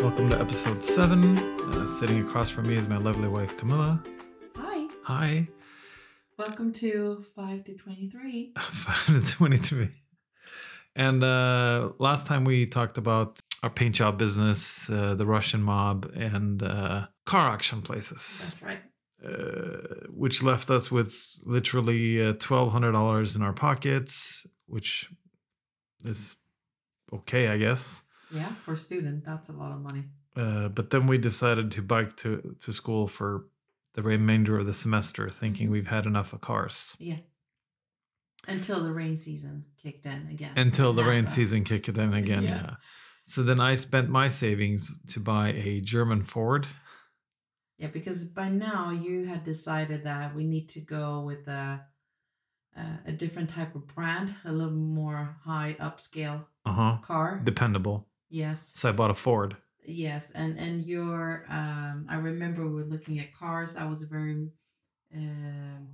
Welcome to episode seven. Uh, sitting across from me is my lovely wife, Camilla. Hi, Hi. welcome to 5 to 23. 5 to 23. And uh, last time we talked about our paint job business, uh, the Russian mob, and uh, car auction places, That's right. uh, which left us with literally uh, $1,200 in our pockets, which is okay, I guess. Yeah, for a student, that's a lot of money. Uh, but then we decided to bike to, to school for the remainder of the semester, Mm-hmm. thinking we've had enough of cars Yeah. Until the rain season kicked in again. until the rain Yeah. season kicked in again. Yeah. Yeah. So then I spent my savings to buy a German Ford. Yeah, because by now you had decided that we need to go with a, a, a different type of brand, a little more high upscale Uh huh. car. Dependable. yes. So I bought a Ford. Yes, and and your um, I remember we were looking at cars. I was very um,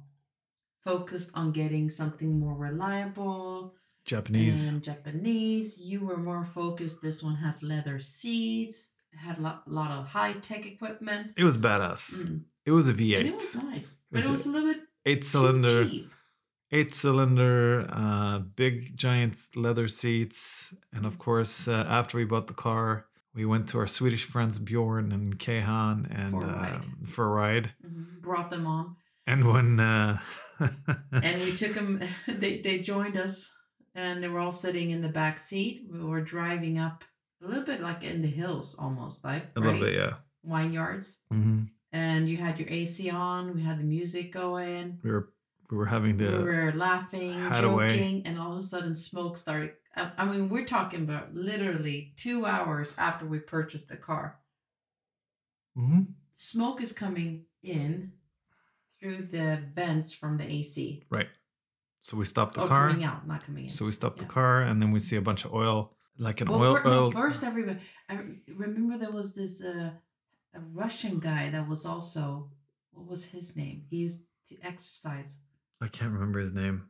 focused on getting something more reliable Japanese. and Japanese. You were more focused. This one has leather seats. It had a lot, lot of high tech equipment. It was badass. Mm. It was a And it was V8. nice, but Was it was a little bit Eight cylinder. cylinder, Too cheap. eight cylinder, uh, big giant leather seats. And of course, uh, after we bought the car, we went to our Swedish friends Bjorn and Kehan and For a uh, ride. for a ride. Mhm. Brought them on, And when uh, and we took them. They they joined us, and they were all sitting in the back seat. We were driving up a little bit like in the hills, almost like a right? little bit, yeah. wine yards. hmm And you had your AC on. We had the music going. We were we were having We the were laughing, Hideaway. joking, and all of a sudden, smoke started. I, I mean, we're talking about literally two hours after we purchased the car. Mhm. Smoke is coming in through the vents from the AC. so we stopped the or car. Oh, coming out, not coming in. So we stopped Yeah. the car, and then we see a bunch of oil, like an well, oil. fir- no, oil- first, everybody. I re- remember there was this uh, a Russian guy that was also. What was his name? He used to exercise. I can't remember his name.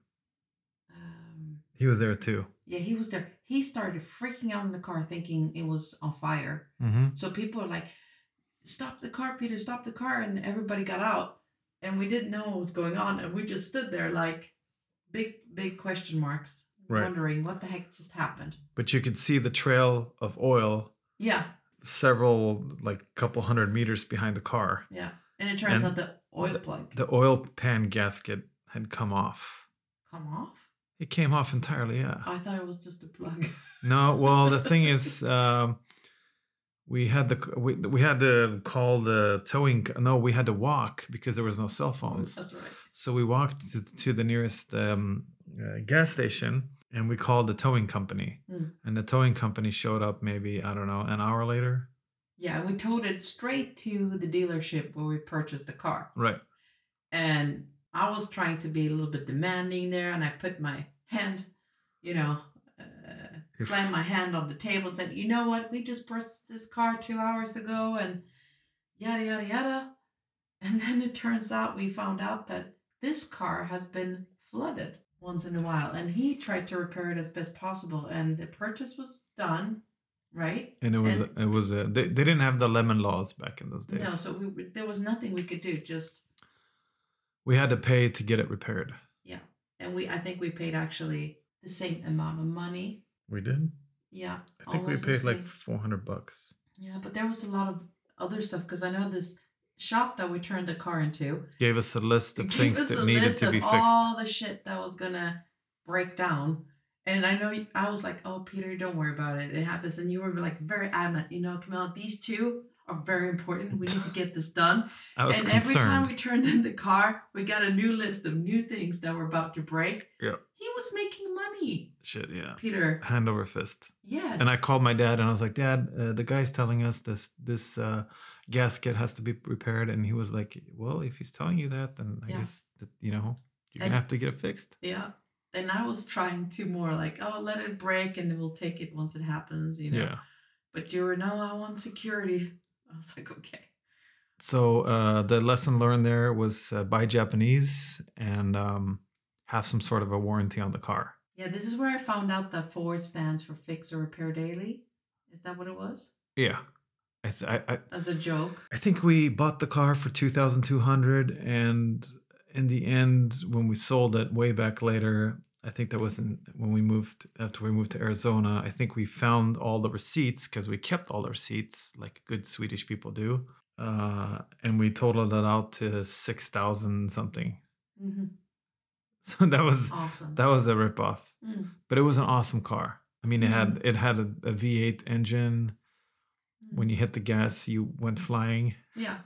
Um, He was there too. Yeah, he was there. He started freaking out in the car thinking it was on fire. Mm-hmm. So people are like, Stop the car, Peter, stop the car. And everybody got out. And we didn't know what was going on. And we just stood there like big, big question marks, Right. wondering what the heck just happened. But you could see the trail of oil Yeah, several, like couple hundred meters behind the car. yeah. And it turns And out the oil plug The oil pan gasket had come off. come off. It came off entirely. Yeah. I thought it was just a plug. No, well, the thing is, um, we had the we, we had to call the towing. c- No, we had to walk because there was no cell phones. That's right. So we walked to, to the nearest um, uh, gas station and we called the towing company. Mm. And the towing company showed up maybe I don't know an hour later. Yeah, we towed it straight to the dealership where we purchased the car. Right. and I was trying to be a little bit demanding there, and I put my hand, you know, uh, Your slammed my hand on the table, said, "You know what? We just purchased this car two hours ago, and yada yada yada." And then it turns out we found out that this car has been flooded once in a while, and he tried to repair it as best possible, and the purchase was done, right? And it was And- it was a, they, they didn't have the lemon laws back in those days. No, so we, we- there was nothing we could do. Just we had to pay to get it repaired. and we, I think we paid actually the same amount of money. We did. Yeah, I think Almost the we paid like same. four hundred bucks. Yeah, but there was a lot of other stuff because I know this shop that we turned the car into Gave us a list of gave things us that a needed list to of be fixed. all the shit that was gonna break down. And I know you- I was like, "Oh, Peter, don't worry about it. It happens." And you were like very adamant, you know, Camilla, these two are very important. We need to get this done. I was and concerned. every time we turned in the car, we got a new list of new things that were about to break. Yeah. He was making money, Shit, yeah. Peter. Hand over fist. Yes. And I called my dad and I was like, Dad, uh, the guy's telling us this this uh, gasket has to be repaired, and he was like, Well, if he's telling you that, then I Yeah. guess that, you know you're And- gonna have to get it fixed. Yeah. And I was trying to more like, oh, let it break and then we'll take it once it happens, you know. Yeah. But you were, no, I want security. I was like, okay. So uh, the lesson learned there was uh, buy Japanese and um, have some sort of a warranty on the car. Yeah, this is where I found out that Ford stands for fix or repair daily. Is that what it was? Yeah. I, th- I, I as a joke. I think we bought the car for 2200 and in the end when we sold it way back later I think that was in, when we moved after we moved to Arizona I think we found all the receipts cuz we kept all the receipts like good Swedish people do uh, and we totaled it out to 6000 something hmm so that was Awesome. that was a ripoff Mm. but it was an awesome car I mean it had it had a a V8 engine when you hit the gas you went flying Mm-hmm. yeah,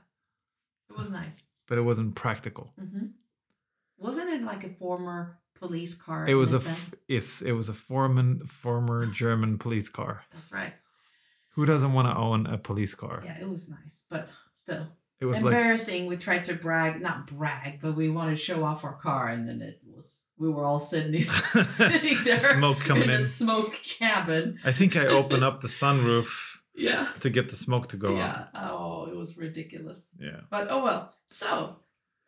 it was nice. but it wasn't practical hmm Wasn't it like a former police car? It in was a a f- sense? yes. It was a foreman, former German police car. That's right. Who doesn't want to own a police car? Yeah, it was nice, but still It was like embarrassing. we tried to brag, not brag, but we wanted to show off our car, and then it was we were all sitting sitting there smoke coming in in. a smoke cabin. I think I opened up the sunroof Yeah. to get the smoke to go yeah. up. Oh, it was ridiculous. Yeah. But oh well. So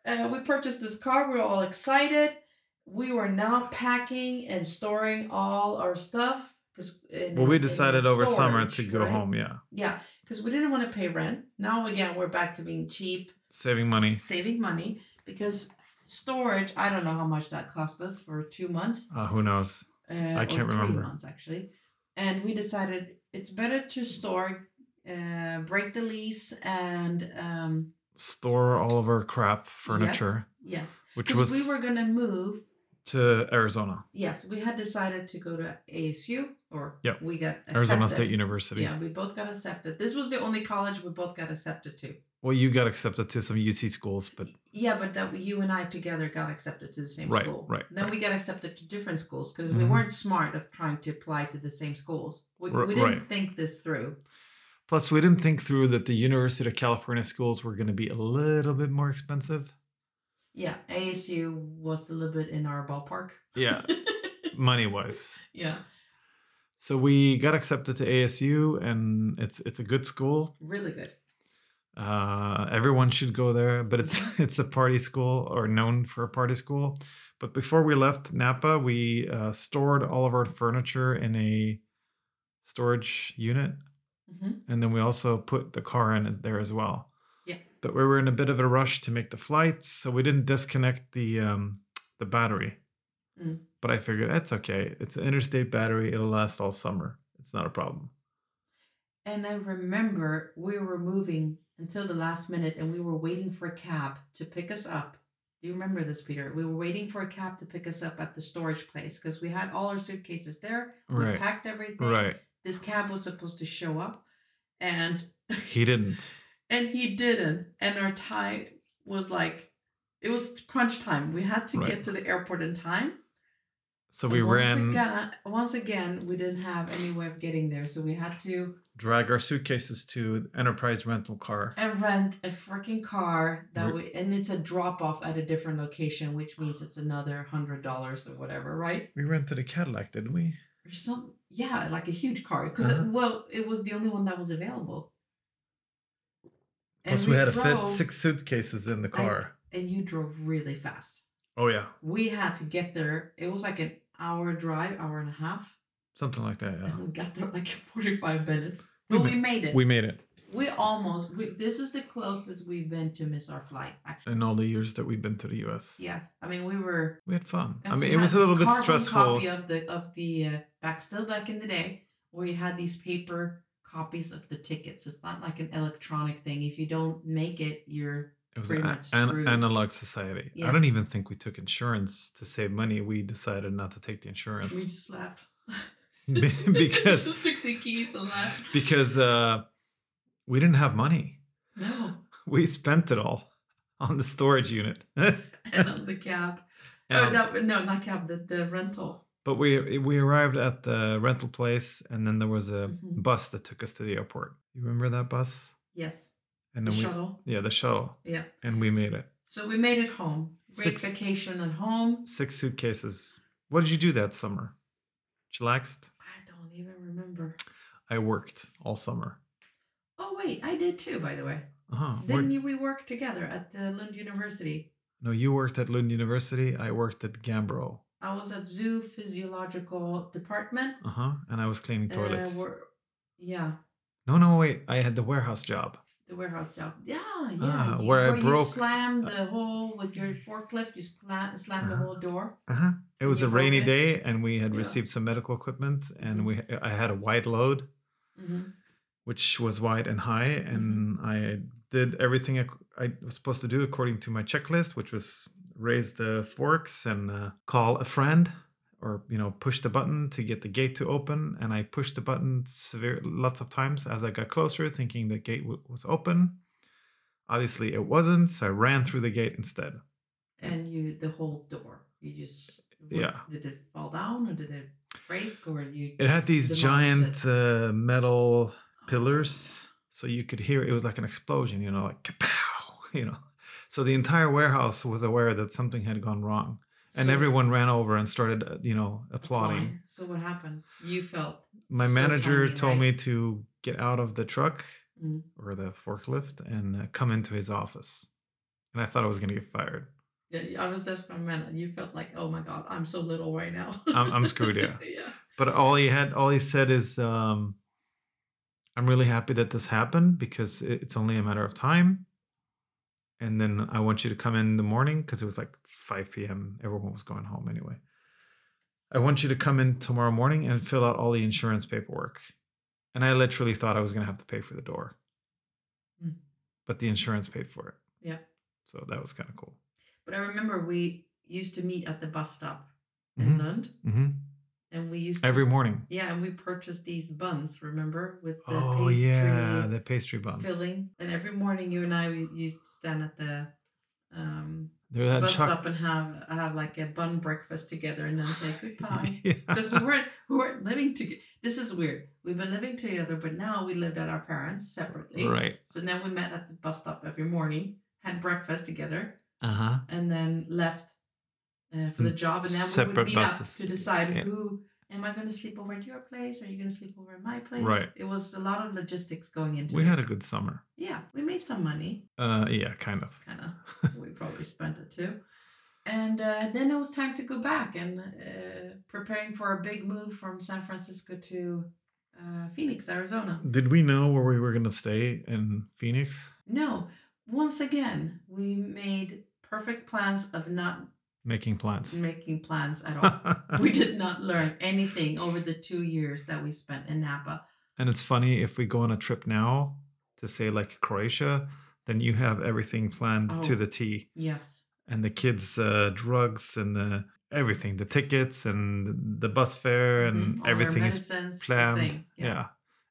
uh, we purchased this car. We were all excited. We were now packing and storing all our stuff because. Well, we decided over summer to go home. Yeah, Yeah, because we didn't want to pay rent. Now again, we're back to being cheap, saving money. saving money because storage. I don't know how much that cost us for two months. Uh, who knows? Uh, I can't or three remember. months actually, and we decided it's better to store, uh, break the lease, and um, Store all of our crap furniture, Yes. yes. which was Because we were gonna move. to Arizona, Yes, we had decided to go to ASU, or Yep. we got accepted. Arizona State University. Yeah, we both got accepted. This was the only college we both got accepted to. Well, you got accepted to some UC schools, but Yeah, but that you and I together got accepted to the same Right, school. right, Then right. we got accepted to different schools because we Mhm. weren't smart of trying to apply to the same schools. We, R- we didn't right. think this through. Plus, we didn't think through that the University of California schools were going to be a little bit more expensive. Yeah, ASU was a little bit in our ballpark. Yeah, money wise. yeah, So we got accepted to ASU, and it's it's a good school. really good. Uh, everyone should go there, but it's it's a party school or known for a party school. But before we left Napa, we uh, stored all of our furniture in a storage unit, hmm and then we also put the car in there as well. Yeah. But we were in a bit of a rush to make the flights, so we didn't disconnect the um, the battery. Mm. But I figured that's okay. It's an interstate battery. It'll last all summer. It's not a problem. And I remember we were moving until the last minute and we were waiting for a cab to pick us up. Do you remember this, Peter? We were waiting for a cab to pick us up at the storage place because we had all our suitcases there. We Right. packed everything. Right. This cab was supposed to show up and He didn't. and he didn't. And our time was like it was crunch time. We had to Right. get to the airport in time. So we And once ran, Again, once again, we didn't have any way of getting there. So we had to drag our suitcases to Enterprise rental car. and rent a freaking car that Right. we and it's a drop off at a different location, which means it's another hundred dollars or whatever, right? We rented a Cadillac, didn't we? Or some yeah, like a huge car because Uh-huh. well, it was the only one that was available. Plus, we had to fit drove- six suitcases in the car. and you drove really fast. oh yeah, We had to get there. It was like an hour drive, hour and a half, something like that. and Yeah. we got there like in forty five minutes. Uh-huh. We But we ma- made it. We made it we almost. We, this is the closest we've been to miss our flight. Actually, in all the years that we've been to the U.S. yes. I mean, we were We had fun. And I we mean, it had was a this little bit carbon stressful. Copy of the of the uh, back still back in the day, where you had these paper copies of the tickets. It's not like an electronic thing. If you don't make it, you're It was pretty an, much an- screwed. analog society. I Yeah. don't even think we took insurance to save money. We decided not to take the we insurance just left Be- because just took the keys and left. because uh, we didn't have money. No, We spent it all on the storage unit. and on the cab. oh, Um, that, no, not cab. The, the rental. but we we arrived at the rental place, and then there was a Mhm. bus that took us to the airport. You remember that bus? Yes, And the then we shuttle. yeah the shuttle, Yeah. and we made it. So we made it home. Great Six- vacation at home. Six suitcases. What did you do that summer? Chillaxed. I don't even remember. I worked all summer. Oh wait, I did too. By the way, Uh-huh. didn't Work- you- we work together at the Lund University? no, you worked at Lund University. I worked at Gambro. I was at zoo physiological department. Uh huh. Uh-huh. And I was cleaning Uh, toilets. we're- yeah, No, no, wait. I had the warehouse job. The warehouse job. Yeah, yeah. Ah, you- where I You broke- uh, slammed the hole with your forklift. You slam, slammed the Uh-huh. whole door. Uh-huh. It And was you a broke rainy it? day, and we had Yeah. received some medical equipment, Mhm. and we I had a wide load, hmm which was wide and high, Mm-hmm. and I did everything I, c- I was supposed to do according to my checklist, which was raise the forks and uh, call a friend, or you know push the button to get the gate to open, and I pushed the button severe lots of times as I got closer, thinking the gate w- was open. Obviously, it wasn't, so I ran through the gate instead. And you, the whole door. You just. was- Yeah. Did it fall down or did it break or you? It had just these demolished giant it? Oh, uh, metal pillars, so you could hear it was like an explosion, you know, like kapow, you know. So the entire warehouse was aware that something had gone wrong, and So- everyone ran over and started, uh, you know, applauding. Fine. So what happened? You felt. My So manager tiny, told right? me to get out of the truck Mm. or the forklift and uh, come into his office, and I thought I was gonna get fired. Yeah, I was just my man, and you felt like, oh my god, I'm so little right now. I'm- I'm screwed, yeah. yeah. But all he had, all he said is, um, "I'm really happy that this happened because it- it's only a matter of time." And then I want you to come in the morning because it was like 5 p.m. Everyone was going home anyway. I want you to come in tomorrow morning and fill out all the insurance paperwork. And I literally thought I was going to have to pay for the door, Mm. but the insurance paid for it. Yeah. So that was kind of cool. But I remember we used to meet at the bus stop in Mhm, Lund, mhm. and we used to, Every morning. yeah, and we purchased these buns. Remember with the oh pastry yeah, the pastry buns. filling, and every morning you and I we used to stand at the um, There had bus Uh, choc- stop and have have like a bun breakfast together, and then say goodbye. Yeah. because we weren't we weren't living together. This is weird. We've been living together, but now we lived at our parents separately. Right. So then we met at the bus stop every morning, had breakfast together, Uh huh. and then left uh, for the job. And then we Mm, would Separate meet buses. up to decide Yeah. who am I going to sleep over at your place? Are you going to sleep over at my place? Right. It was a lot of logistics going into. We had a this. good summer. yeah. We made some money. Uh, yeah, kind of. Kind of. we probably spent it too. And uh, then it was time to go back and uh, preparing for a big move from San Francisco to uh, Phoenix, Arizona. Did we know where we were gonna stay in Phoenix? No, once again, we made perfect plans of not Making plans. making plans at all. we did not learn anything over the two years that we spent in Napa. and it's funny if we go on a trip now to say like Croatia, then you have everything planned Oh. to the T, Yes. and the kids' uh, drugs and uh, everything, the tickets and the bus fare and Mhm. All our everything is medicines, the planned. thing. Yeah.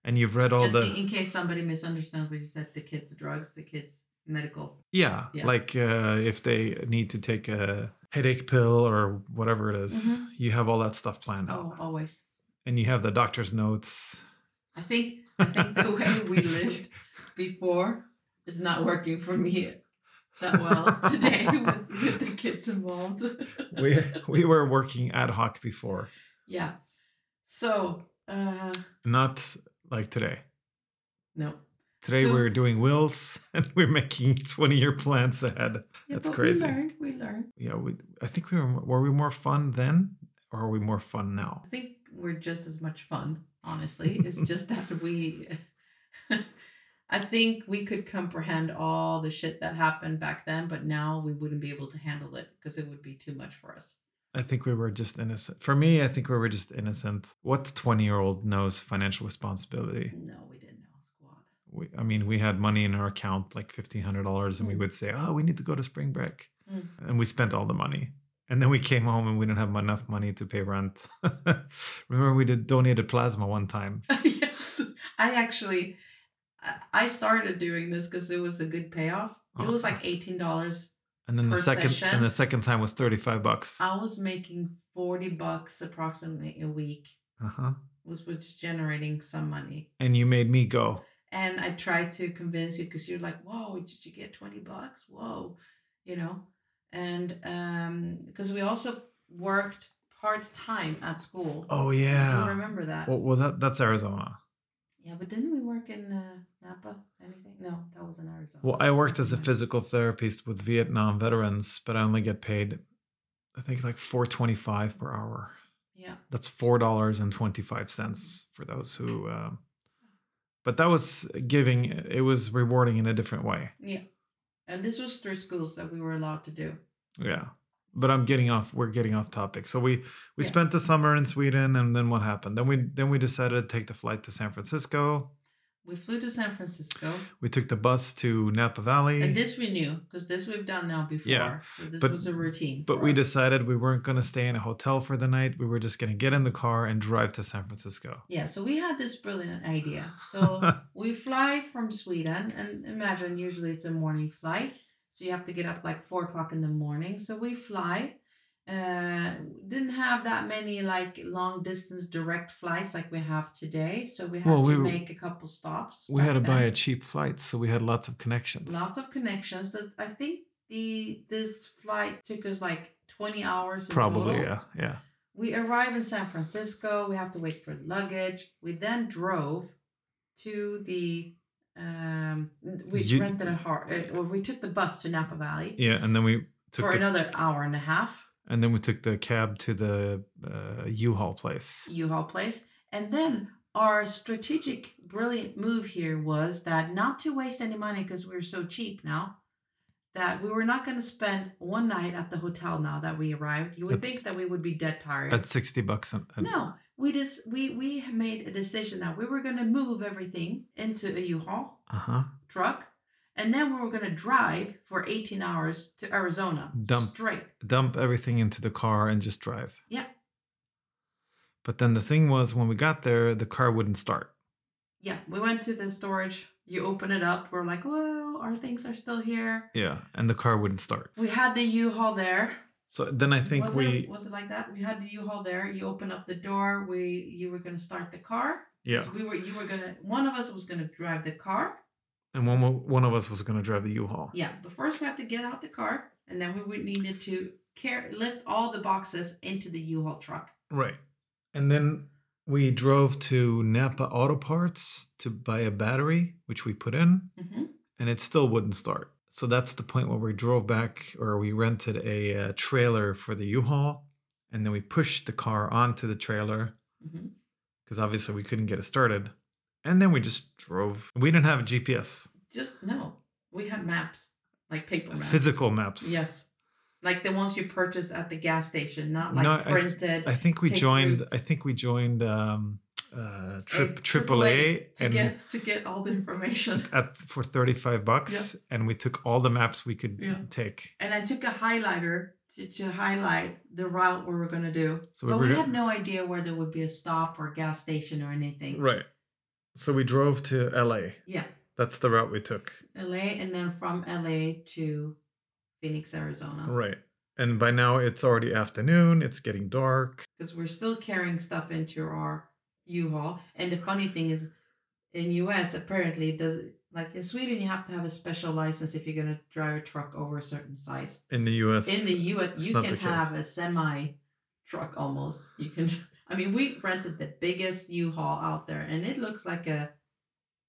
And you've read all Just the in- in case somebody misunderstands what you said, the kids' drugs, the kids' medical Yeah, Yeah. like uh, if they need to take a headache pill or whatever it is, you have all that stuff planned Mm-hmm. Oh, out, always. and you have the doctor's notes. I think I think the way we lived before is not working for me that well today with, with the kids involved. we we were working ad hoc before, yeah. So uh not like today. no. Today So- we're doing wills and we're making twenty year plans ahead. Yeah, That's but crazy. We learned. We learned. Yeah, we I think we were were we more fun then, or are we more fun now? I think we're just as much fun. Honestly, it's just that we. I think we could comprehend all the shit that happened back then, but now we wouldn't be able to handle it because it would be too much for us. I think we were just innocent. For me, I think we were just innocent. What twenty year old knows financial responsibility? No, we didn't know squad. we, I mean, we had money in our account, like fifteen hundred dollars, and we Mm. would say, "Oh, we need to go to spring break," Mm. and we spent all the money. And then we came home and we didn't have enough money to pay rent. Remember, we did donated plasma one time. yes, I actually, I- I started doing this because it was a good payoff. It was like eighteen dollars. And then the Per second session? and the second time was thirty five bucks. Uh I was making forty bucks approximately a week, huh. which was generating some money. Uh-huh. And you made me go. And I tried to convince you because you're like, "Whoa, did you get twenty bucks? Whoa," you know. And um, because we also worked part time at school. Oh I still yeah. remember that. What was that? That's Arizona. yeah, but didn't we work in uh, Napa? Anything? No, that was in Arizona. Well, I worked as a Yeah. physical therapist with Vietnam veterans, but I only get paid, I think, like four twenty five per hour. Yeah. That's four dollars and twenty five cents for those who um, But that was giving, it was rewarding in a different way. Yeah. And this was through schools that we were allowed to do. Yeah. But I'm getting off. We're getting off topic. So we we Yeah. spent the summer in Sweden, and then what happened? Then we then we decided to take the flight to San Francisco. We flew to San Francisco, We took the bus to Napa Valley. and this we knew because this we've done now before. Eh. Yeah, So this but- was a routine. but for we us. decided we weren't going to stay in a hotel for the night. We were just going to get in the car and drive to San Francisco. Yeah, so we had this brilliant idea. So we fly from Sweden, and imagine usually it's a morning flight, so you have to get up like four o'clock in the morning. So we fly. Uh, didn't have that many like long distance direct flights like we have today, so we had Well, to we were- make a couple stops. We had to back buy then. a cheap flight, so we had lots of connections. lots of connections. So I think the this flight took us like twenty hours. In Probably, total. yeah, yeah. We arrive in San Francisco. We have to wait for luggage. We then drove to the. Um, we You- rented a car, uh, or we took the bus to Napa Valley Yeah, and then we took for the, another hour and a half and then we took the cab to the uh, U-Haul place. U-Haul place, and then our strategic brilliant move here was that not to waste any money because we're so cheap now. That we were not going to spend one night at the hotel now that we arrived. You would That's- uh, think that we would be dead tired. At sixty bucks an, an No, we just we we made a decision that we were gonna move everything into a U-Haul Uh huh. truck, and then we were gonna drive for 18 hours to Arizona Dump. straight. Dump everything into the car and just drive. Yeah. But then the thing was, when we got there, the car wouldn't start. Yeah, we went to the storage. You open it up. We're like, whoa, our things are still here. Yeah, and the car wouldn't start. We had the U-Haul there. So then I think was we it, was it like that? We had the U-Haul there. You open up the door. We you were gonna start the car. yeah, So we were you were gonna one of us was gonna drive the car. and one mo- one of us was gonna drive the U-Haul. Yeah, but first we had to get out the car, and then we would needed to care lift all the boxes into the U-Haul truck. Right. And then we drove to Napa Auto Parts to buy a battery, which we put in, Mm-hmm. and it still wouldn't start. So that's the point where we drove back or we rented a, uh trailer for the U-Haul and then we pushed the car onto the trailer Mm-hmm. because obviously we couldn't get it started. And then we just drove. We didn't have GPS, Just no, we had maps, like paper maps, physical maps. Yes, like the ones you purchase at the gas station, not like No, I- printed. I think we Take joined. route. I think we joined um, uh, trip A AAA, to and get to get all the information. at for 35 bucks and we took all the maps we could Yeah. take And I took a highlighter to, to highlight the route we were gonna do, so but were we go- had no idea where there would be a stop or gas station or anything. right so we drove to la Yeah. that's the route we took LA and then from LA to Phoenix, Arizona. right and by now it's already afternoon it's getting dark Because we're still carrying stuff into our U-Haul. And the funny thing is in US apparently it does like in Sweden you have to have a special license if you're gonna drive a truck over a certain size. in the us In the US it's you not can the case. have a semi truck almost. You can I mean we rented the biggest U-Haul out there and it looks like a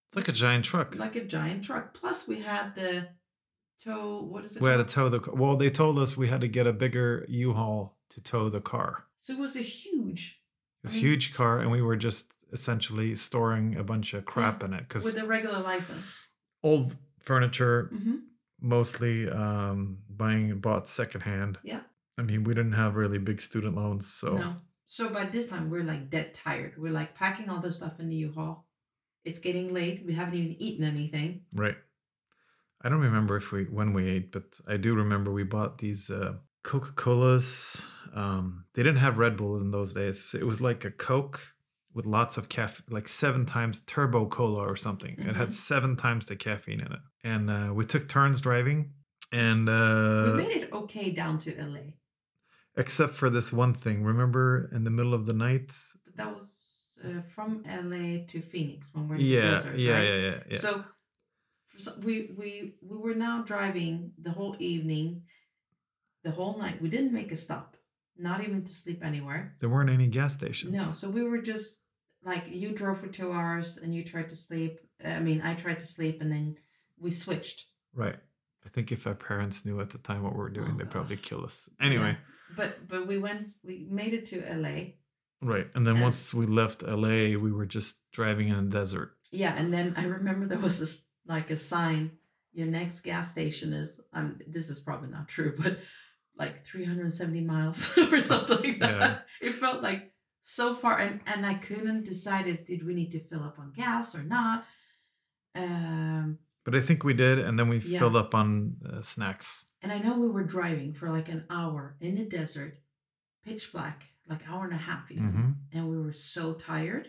it's like a giant truck like a giant truck. Plus we had the tow what is it? we had to called? tow the car well they told us we had to get a bigger u-haul to tow the car so it was a huge it was a Mhm. huge car and we were just essentially storing a bunch of crap in it because with a regular license. old furniture Mm-hmm. mostly um, buying bought secondhand. Yeah. I mean, we didn't have really big student loans, so No. So by this time, we're like dead tired. We're like packing all the stuff in the U-Haul. It's getting late. We haven't even eaten anything. right. I don't remember if we when we ate, but I do remember we bought these uh, Coca Colas. Um, they didn't have Red Bull in those days. It was like a Coke with lots of caffeine, like seven times Turbo Cola or something. It Mm-hmm. had seven times the caffeine in it, and uh, we took turns driving. And uh, we made it okay down to LA, except for this one thing, remember in the middle of the night? but that was uh, from LA to Phoenix when we're in Yeah, the desert, yeah, right? yeah, yeah, yeah. So, for so- we we we were now driving the whole evening, the whole night. We didn't make a stop, not even to sleep anywhere. There weren't any gas stations. No, so we were just like you drove for two hours and you tried to sleep. uh, I mean, I tried to sleep and then we switched. Right. I think if our parents knew at the time what we were doing, Oh, they'd God. probably kill us. Anyway, But but we went. We made it to LA. right. And then And- once we left LA, we were just driving in the desert. yeah, and then I remember there was this like a sign. Your next gas station is um. This is probably not true, but like 370 miles or something like that. Yeah. It felt like so far, and and I couldn't decide if did we need to fill up on gas or not. Um, But I think we did, and then we Yeah. filled up on uh, snacks. and I know we were driving for like an hour in the desert, pitch black, like hour and a half, even, hmm and we were so tired.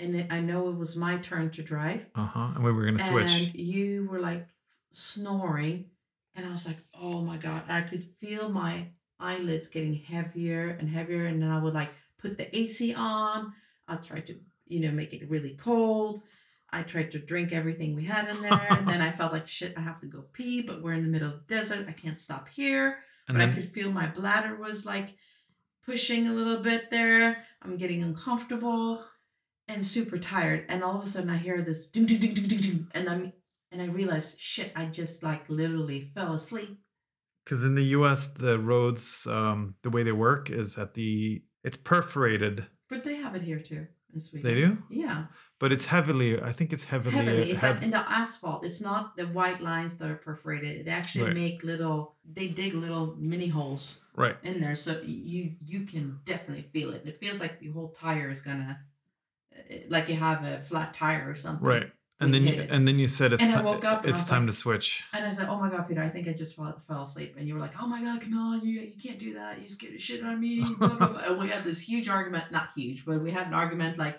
And it, I know it was my turn to drive, Uh huh. And we were gonna switch. and you were like snoring and i was like oh my god i could feel my eyelids getting heavier and heavier and then i would like put the ac on i tried to you know make it really cold i tried to drink everything we had in there and then i felt like shit i have to go pee but we're in the middle of the desert i can't stop here And but then i could feel my bladder was like pushing a little bit there i'm getting uncomfortable and super tired and all of a sudden i hear this ding ding ding ding ding ding and i'm and i realize shit i just like literally fell asleep because in the U.S. the roads, um, the way they work is at the it's perforated. but they have it here too in sweden They do, yeah but it's heavily. I think it's heavily. heavily it's heav- like in the asphalt it's not the white lines that are perforated it actually Right. make little they dig little mini holes right. in there so you you can definitely feel it it feels like the whole tire is gonna eh, like you have a flat tire or something Right. And we then hit you it. and then you said it's And I ti- woke up and I it's was time like- to switch. And I said, "Oh my God, Peter, I think I just fell, fell asleep." And you were like, "Oh my God, Camilla, you you can't do that. You scared the shit on me." blah, blah, blah. And we had this huge argument, not huge, but we had an argument like,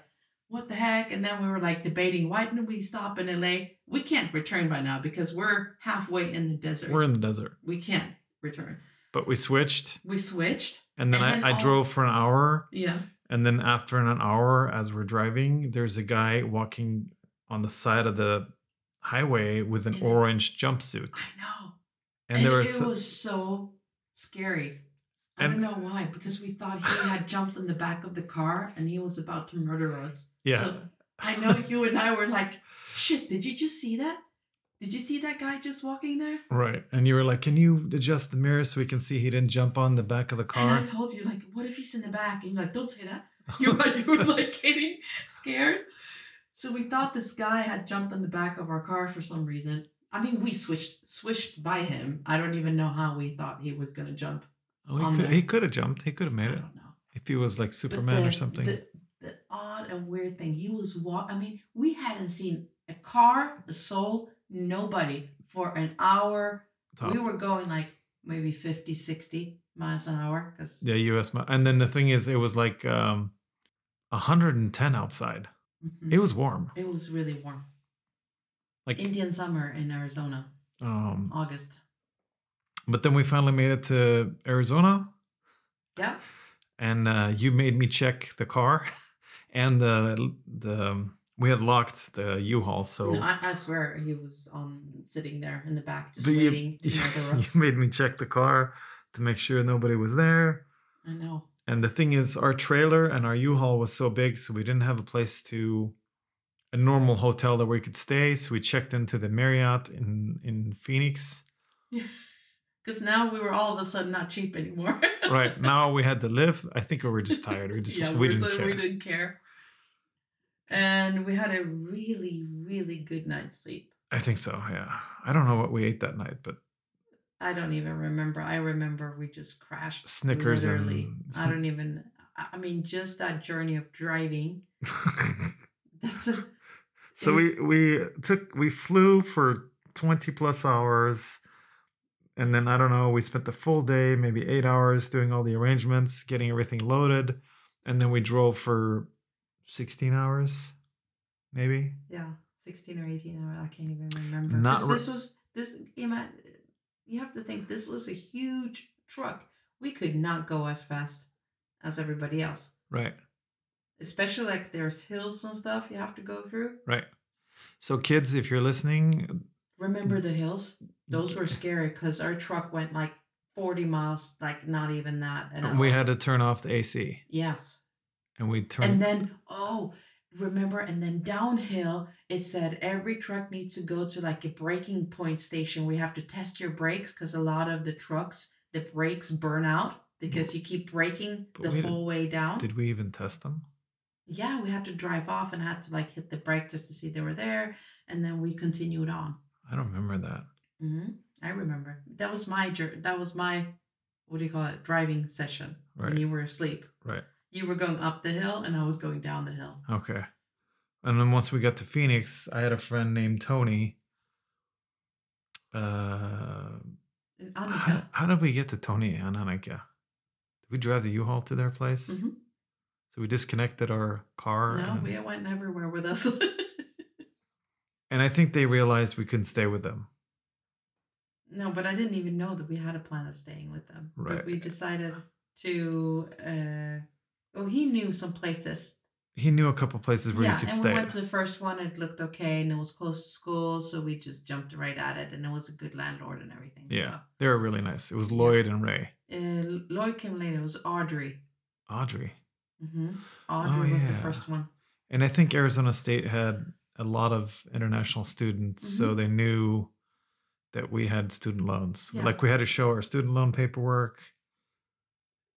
"What the heck?" And then we were like debating, "Why didn't we stop in LA? We can't return by now because we're halfway in the desert. We're in the desert, we can't return." but we switched, We switched. and then And then I, I all- drove for an hour, Yeah. and then after an hour, as we're driving, there's a guy walking on the side of the highway with an In a- orange jumpsuit, I know. and, there it was was so scary. I And- don't know why, because we thought he had jumped in the back of the car and he was about to murder us. Yeah. So I know you and I were like, shit, did you just see that? Did you see that guy just walking there? right, and you were like, "Can you adjust the mirror so we can see he didn't jump on the back of the And I car?" told you, like, what if he's in the back? And you're like, don't say that. You were, you were like getting scared. So we thought this guy had jumped on the back of our car for some reason. I mean, we switched swished by him. I don't even know how we thought he was gonna jump. Oh, he on could- the- he could have jumped. He could have I made it don't know. if he was like But Superman or the- something. The, the odd and weird thing, he was walk. I mean, we hadn't seen a car, a soul, nobody for an hour. Top. We were going like maybe 50, 60 miles an hour because Yeah, U.S. mi- And then the thing is, it was like um, 110 outside. It was warm. mm-hmm. it was really warm. Like, Indian summer Mm. in Arizona, um, August. but then we finally made it to Arizona, Yeah. and uh, you made me check the car, and the the um, we had locked the U-Haul, so no, I, I swear he was um sitting there in the back just the- you, waiting to you murder us. made me check the car to make sure nobody was there. I know. And the thing is, our trailer and our U-Haul was so big, so we didn't have a place to a normal hotel that we could stay. So we checked into the Marriott in in Phoenix. Because now we were all of a sudden not cheap anymore. Right now we had to live. I think we were just tired. We just yeah, we we're didn't so- care. we didn't care. And we had a really, really good night's sleep. I think so. Yeah. I don't know what we ate that night, but I don't even remember. I remember we just crashed. Snickers and literally. I Sn- don't even. I I mean, just that journey of driving. That's a, so we we took we flew for twenty plus hours. And then I don't know, we spent the full day, maybe eight hours doing all the arrangements, getting everything loaded. And then we drove for 16 hours, maybe. yeah, sixteen or eighteen. hours. I can't even remember. Not 'Cause re- this was this. Ima- You have to think this was a huge truck. We could not go as fast as everybody else. Right. especially like there's hills and stuff you have to go through. Right. So, kids, if you're listening, Mm. Remember the hills? Those were scary because our truck went like 40 miles, like not even that. an we hour. had to turn off the AC yes. and we turned. And then, oh, remember, and then downhill, it said every truck needs to go to like a braking point station. We have to test your brakes because a lot of the trucks, the brakes burn out because you keep braking Mm. But the wait a- whole way down. Did we even test them? yeah, we had to drive off and had to like hit the brake just to see they were there. And then we continued on. I don't remember that. hmm I remember. That was my jour- that was my what do you call it? Driving session. Right. And you were asleep. Right. You were going up the hill and I was going down the hill. Okay. And then once we got to Phoenix, I had a friend named Tony. Uh, In how, Annika. how did we get to Tony and Annika? Did we drive the U-Haul to their place? Mhm. So we disconnected our car. No, and, we went everywhere with us. and I think they realized we couldn't stay with them. no, but I didn't even know that we had a plan of staying with them. Right. But we decided to uh oh he knew some places He knew a couple places where you could and stay. we went to the first one. It looked okay, and it was close to school, so we just jumped right at it, and it was a good landlord and everything. Yeah. so. they were really nice. It was Yeah. Lloyd and Ray. Uh, Lloyd came later. It was Audrey. Audrey. hmm Audrey was the Oh, yeah. first one. And I think Arizona State had a lot of international students, so Mm-hmm. they knew that we had student loans. Yeah. Like we had to show our student loan paperwork,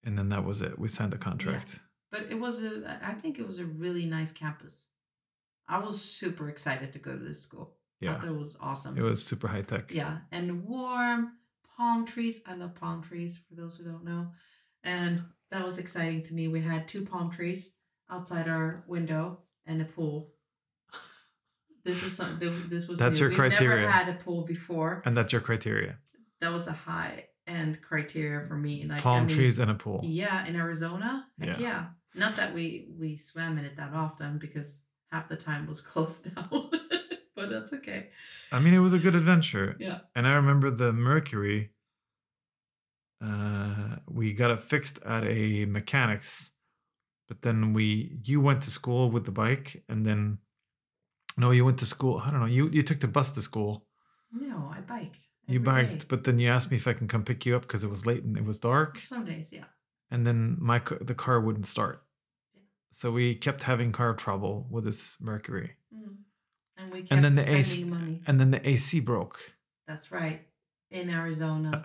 and then that was it. We signed the contract. But it was a. I think it was a really nice campus. I was super excited to go to this school. I Yeah, thought it was awesome. it was super high tech. Yeah, and warm palm trees. I love palm trees for those who don't know. And that was exciting to me. We had two palm trees outside our window and a pool. This is some, th- this was That's new. your We've criteria. never had a pool before. and that's your criteria: That was a high end criteria for me. Like I palm mean, trees and a pool. Yeah, in Arizona. Heck Yeah. yeah. Not that we we swam in it that often because half the time was closed down. but that's okay. I mean, it was a good adventure. Yeah. And I remember the Mercury. Uh, we got it fixed at a mechanics, but then we you went to school with the bike, and then no, you went to school. I don't know. You you took the bus to school. No, I biked. You every biked, day. but then you asked me if I can come pick you up because it was late and it was dark, Some days, yeah. and then my ca- the car wouldn't start. Yeah. So we kept having car trouble with this Mercury, Mm. And we kept And then the spending ace- money. and then the AC broke. That's right. In Arizona.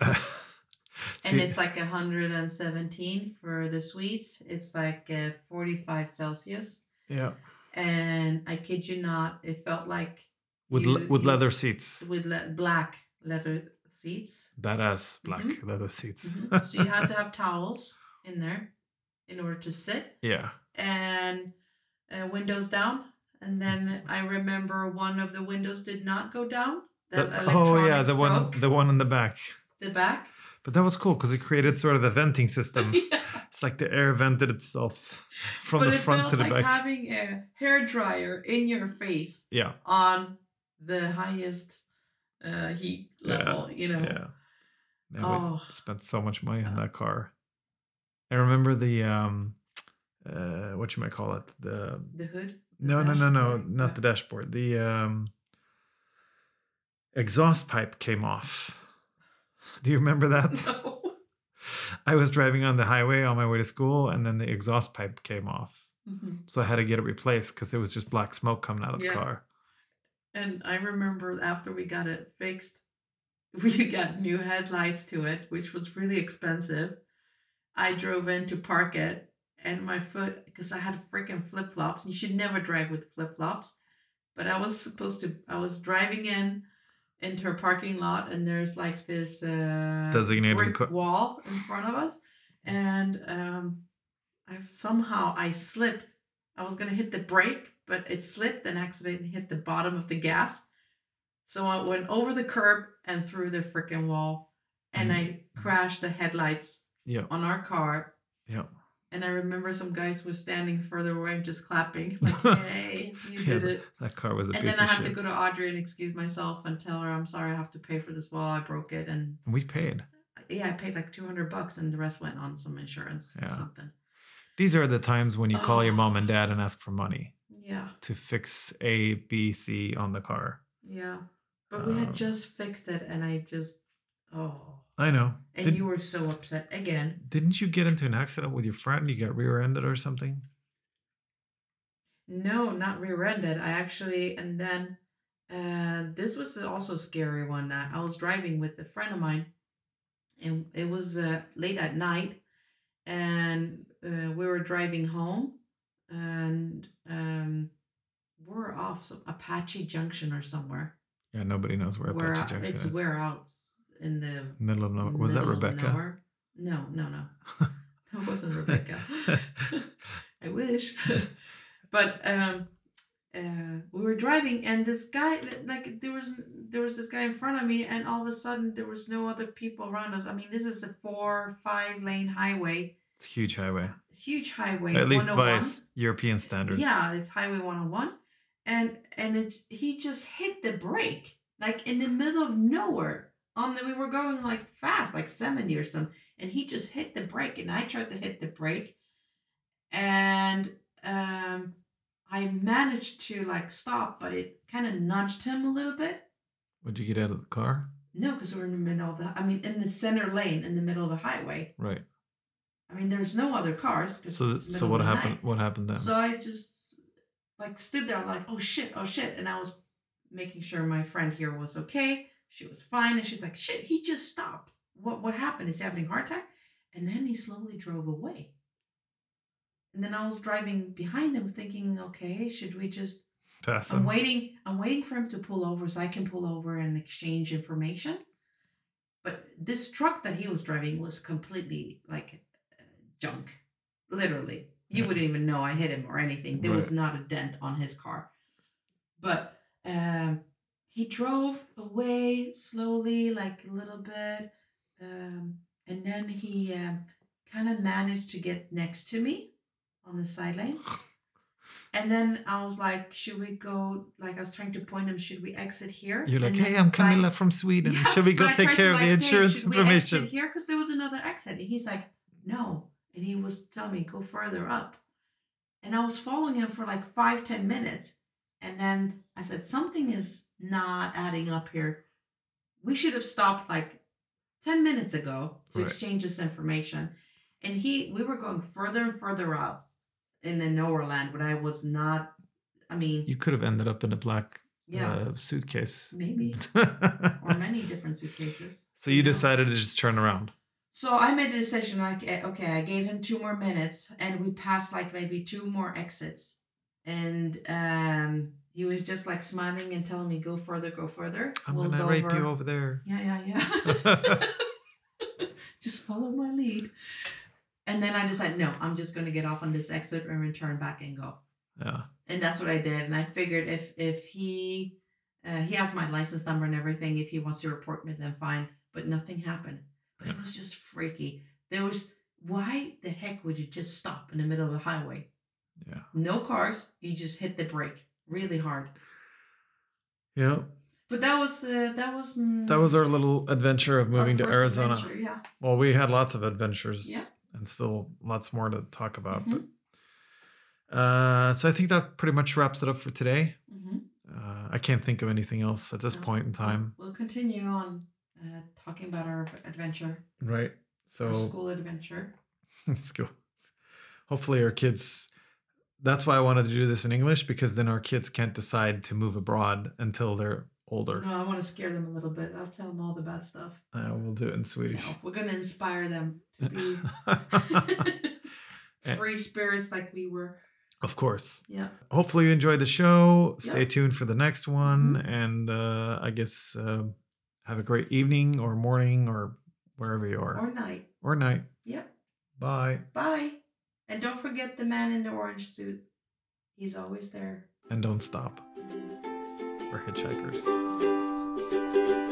See- and it's like 117 for the Swedes. It's like uh, 45 Celsius. yeah. And I kid you not, it felt like with you- le- with you- leather seats, with le- black leather seats. badass black Mhm. leather seats. Mhm. so you had to have towels in there in order to sit. yeah, and uh, windows down. Hmm. And then I remember one of the windows did not go down. The That- oh yeah, electronics the one broke, the one in the back. the back. But that was cool because it created sort of a venting system. yeah. it's like the air vented itself from but the it front felt to the like back. having a hair dryer in your face yeah, on the highest uh, heat Yeah, level. You know. yeah. Man, Oh. we spent so much money on Yeah. that car. I remember the um, uh, what you might call it the The hood. no no no no dashboard, not yeah. the dashboard the um, exhaust pipe came off. Do you remember that? No. I was driving on the highway on my way to school, and then the exhaust pipe came off. Mhm. So I had to get it replaced because it was just black smoke coming out of the Yeah. car. And I remember after we got it fixed, we got new headlights to it, which was really expensive. I drove in to park it, and my foot, because I had freaking flip flops, you should never drive with flip flops. But I was supposed to, I was driving in into a parking lot, and there's like this uh, Designated brick co- wall in front of us, and um, I somehow I slipped. I was gonna hit the brake, but it slipped and accidentally hit the bottom of the gas. So I went over the curb and through the freaking wall, Mm. and I crashed the headlights Yeah, on our car. yeah. And I remember some guys were standing further away and just clapping, like, "Hey, you did Yeah, it!" That car was a And piece then I of have shit. to go to Audrey and excuse myself and tell her I'm sorry. I have to pay for this wall. I broke it, and And we paid. yeah, I paid like 200 bucks, and the rest went on some insurance Yeah. or something. These are the times when you call your Oh. mom and dad and ask for money Yeah. to fix A, B, C on the car. Yeah. But we had Um, just fixed it and I just oh I know. and Did, you were so upset again. didn't you get into an accident with your friend? You got rear-ended or something? No, not rear-ended. I actually and then uh this was also a scary one. I I was driving with a friend of mine and it was uh, late at night and uh, we were driving home and um, we're off some Apache Junction or somewhere. Yeah, nobody knows where We're Apache out- Junction it's is. warehouse in the Middle of nowhere. Was that middle of Rebecca? nowhere. No, no, no. That wasn't Rebecca. I wish. but um, uh, we were driving, and this guy, like, there was there was this guy in front of me, and all of a sudden there was no other people around us. I mean, this is a four five lane highway, It's a huge highway. huge highway. At least by 101. s- European standards. Yeah, it's Highway 101. And and it he just hit the brake like in the middle of nowhere. On the we were going like fast, like 70 or something. And he just hit the brake and I tried to hit the brake. And um I managed to like stop, but it kind of nudged him a little bit. Would you get out of the car? No, because we're in the middle of the I mean in the center lane in the middle of a highway. Right. I mean there's no other cars. 'cause So it's th- so middle what of the night. happened? What happened then? So I just like stood there like, oh shit, oh shit. And I was making sure my friend here was okay. She was fine. And she's like, shit, he just stopped. What what happened? Is he having a heart attack? And then he slowly drove away. And then I was driving behind him thinking, okay, should we just Pass I'm him. waiting. I'm waiting for him to pull over so I can pull over and exchange information. But this truck that he was driving was completely like uh, junk, literally. You Yeah. wouldn't even know I hit him or anything. There was Right. not a dent on his car. But um, he drove away slowly, like a little bit, um, and then he um, kind of managed to get next to me on the side lane. And then I was like, should we go? Like, I was trying to point him, should we exit here? You're like, And hey, then I'm side- Camilla from Sweden. Yeah, Should we but go I take tried to, care of like, the say, insurance "Should we exit information? here? Because there was another exit. And he's like, no. And he was telling me, go further up. And I was following him for like five, ten minutes. And then I said, something is not adding up here. We should have stopped like 10 minutes ago to Right. exchange this information. And he, we were going further and further out in the nowhere land, but I was not, I mean, You could have ended up in a black yeah, uh, suitcase. maybe, or many different suitcases. so you Yeah. decided to just turn around. So I made a decision like, eh, okay, I gave him two more minutes and we passed like maybe two more exits. And um, he was just like smiling and telling me, go further, go further. I'm We'll gonna go rape you over there. Yeah, yeah, yeah. just follow my lead. And then I decided, no, I'm just going to get off on this exit and return back and go Yeah. and that's what I did. And I figured if if he uh, he has my license number and everything, if he wants to report me, then fine. But nothing happened. But it was just freaky. There was why the heck would you just stop in the middle of the highway? Yeah. No cars. You just hit the brake really hard. Yeah. But that was uh, that was mm, That was our little adventure of our moving to first Arizona. adventure, Yeah. Well, we had lots of adventures Yeah. and still lots more to talk about. Mhm. But, uh, so I think that pretty much wraps it up for today. hmm Uh, I can't think of anything else at this No. point in time. We'll continue on uh, talking about our adventure, Right. So our school adventure. Let's go. Hopefully, our kids. That's why I wanted to do this in English because then our kids can't decide to move abroad until they're older. No, I want to scare them a little bit. I'll tell them all the bad stuff. Uh, we'll do it in Swedish. No, we're going to inspire them to be Eh. free spirits like we were. of course. Yeah. Hopefully, you enjoyed the show. Stay Yeah. Mm-hmm. tuned for the next one. And uh, I guess uh, have a great evening or morning or wherever you are Or night. or night. Yep. Bye. Bye. And don't forget the man in the orange suit. He's always there. And don't stop. We're hitchhikers.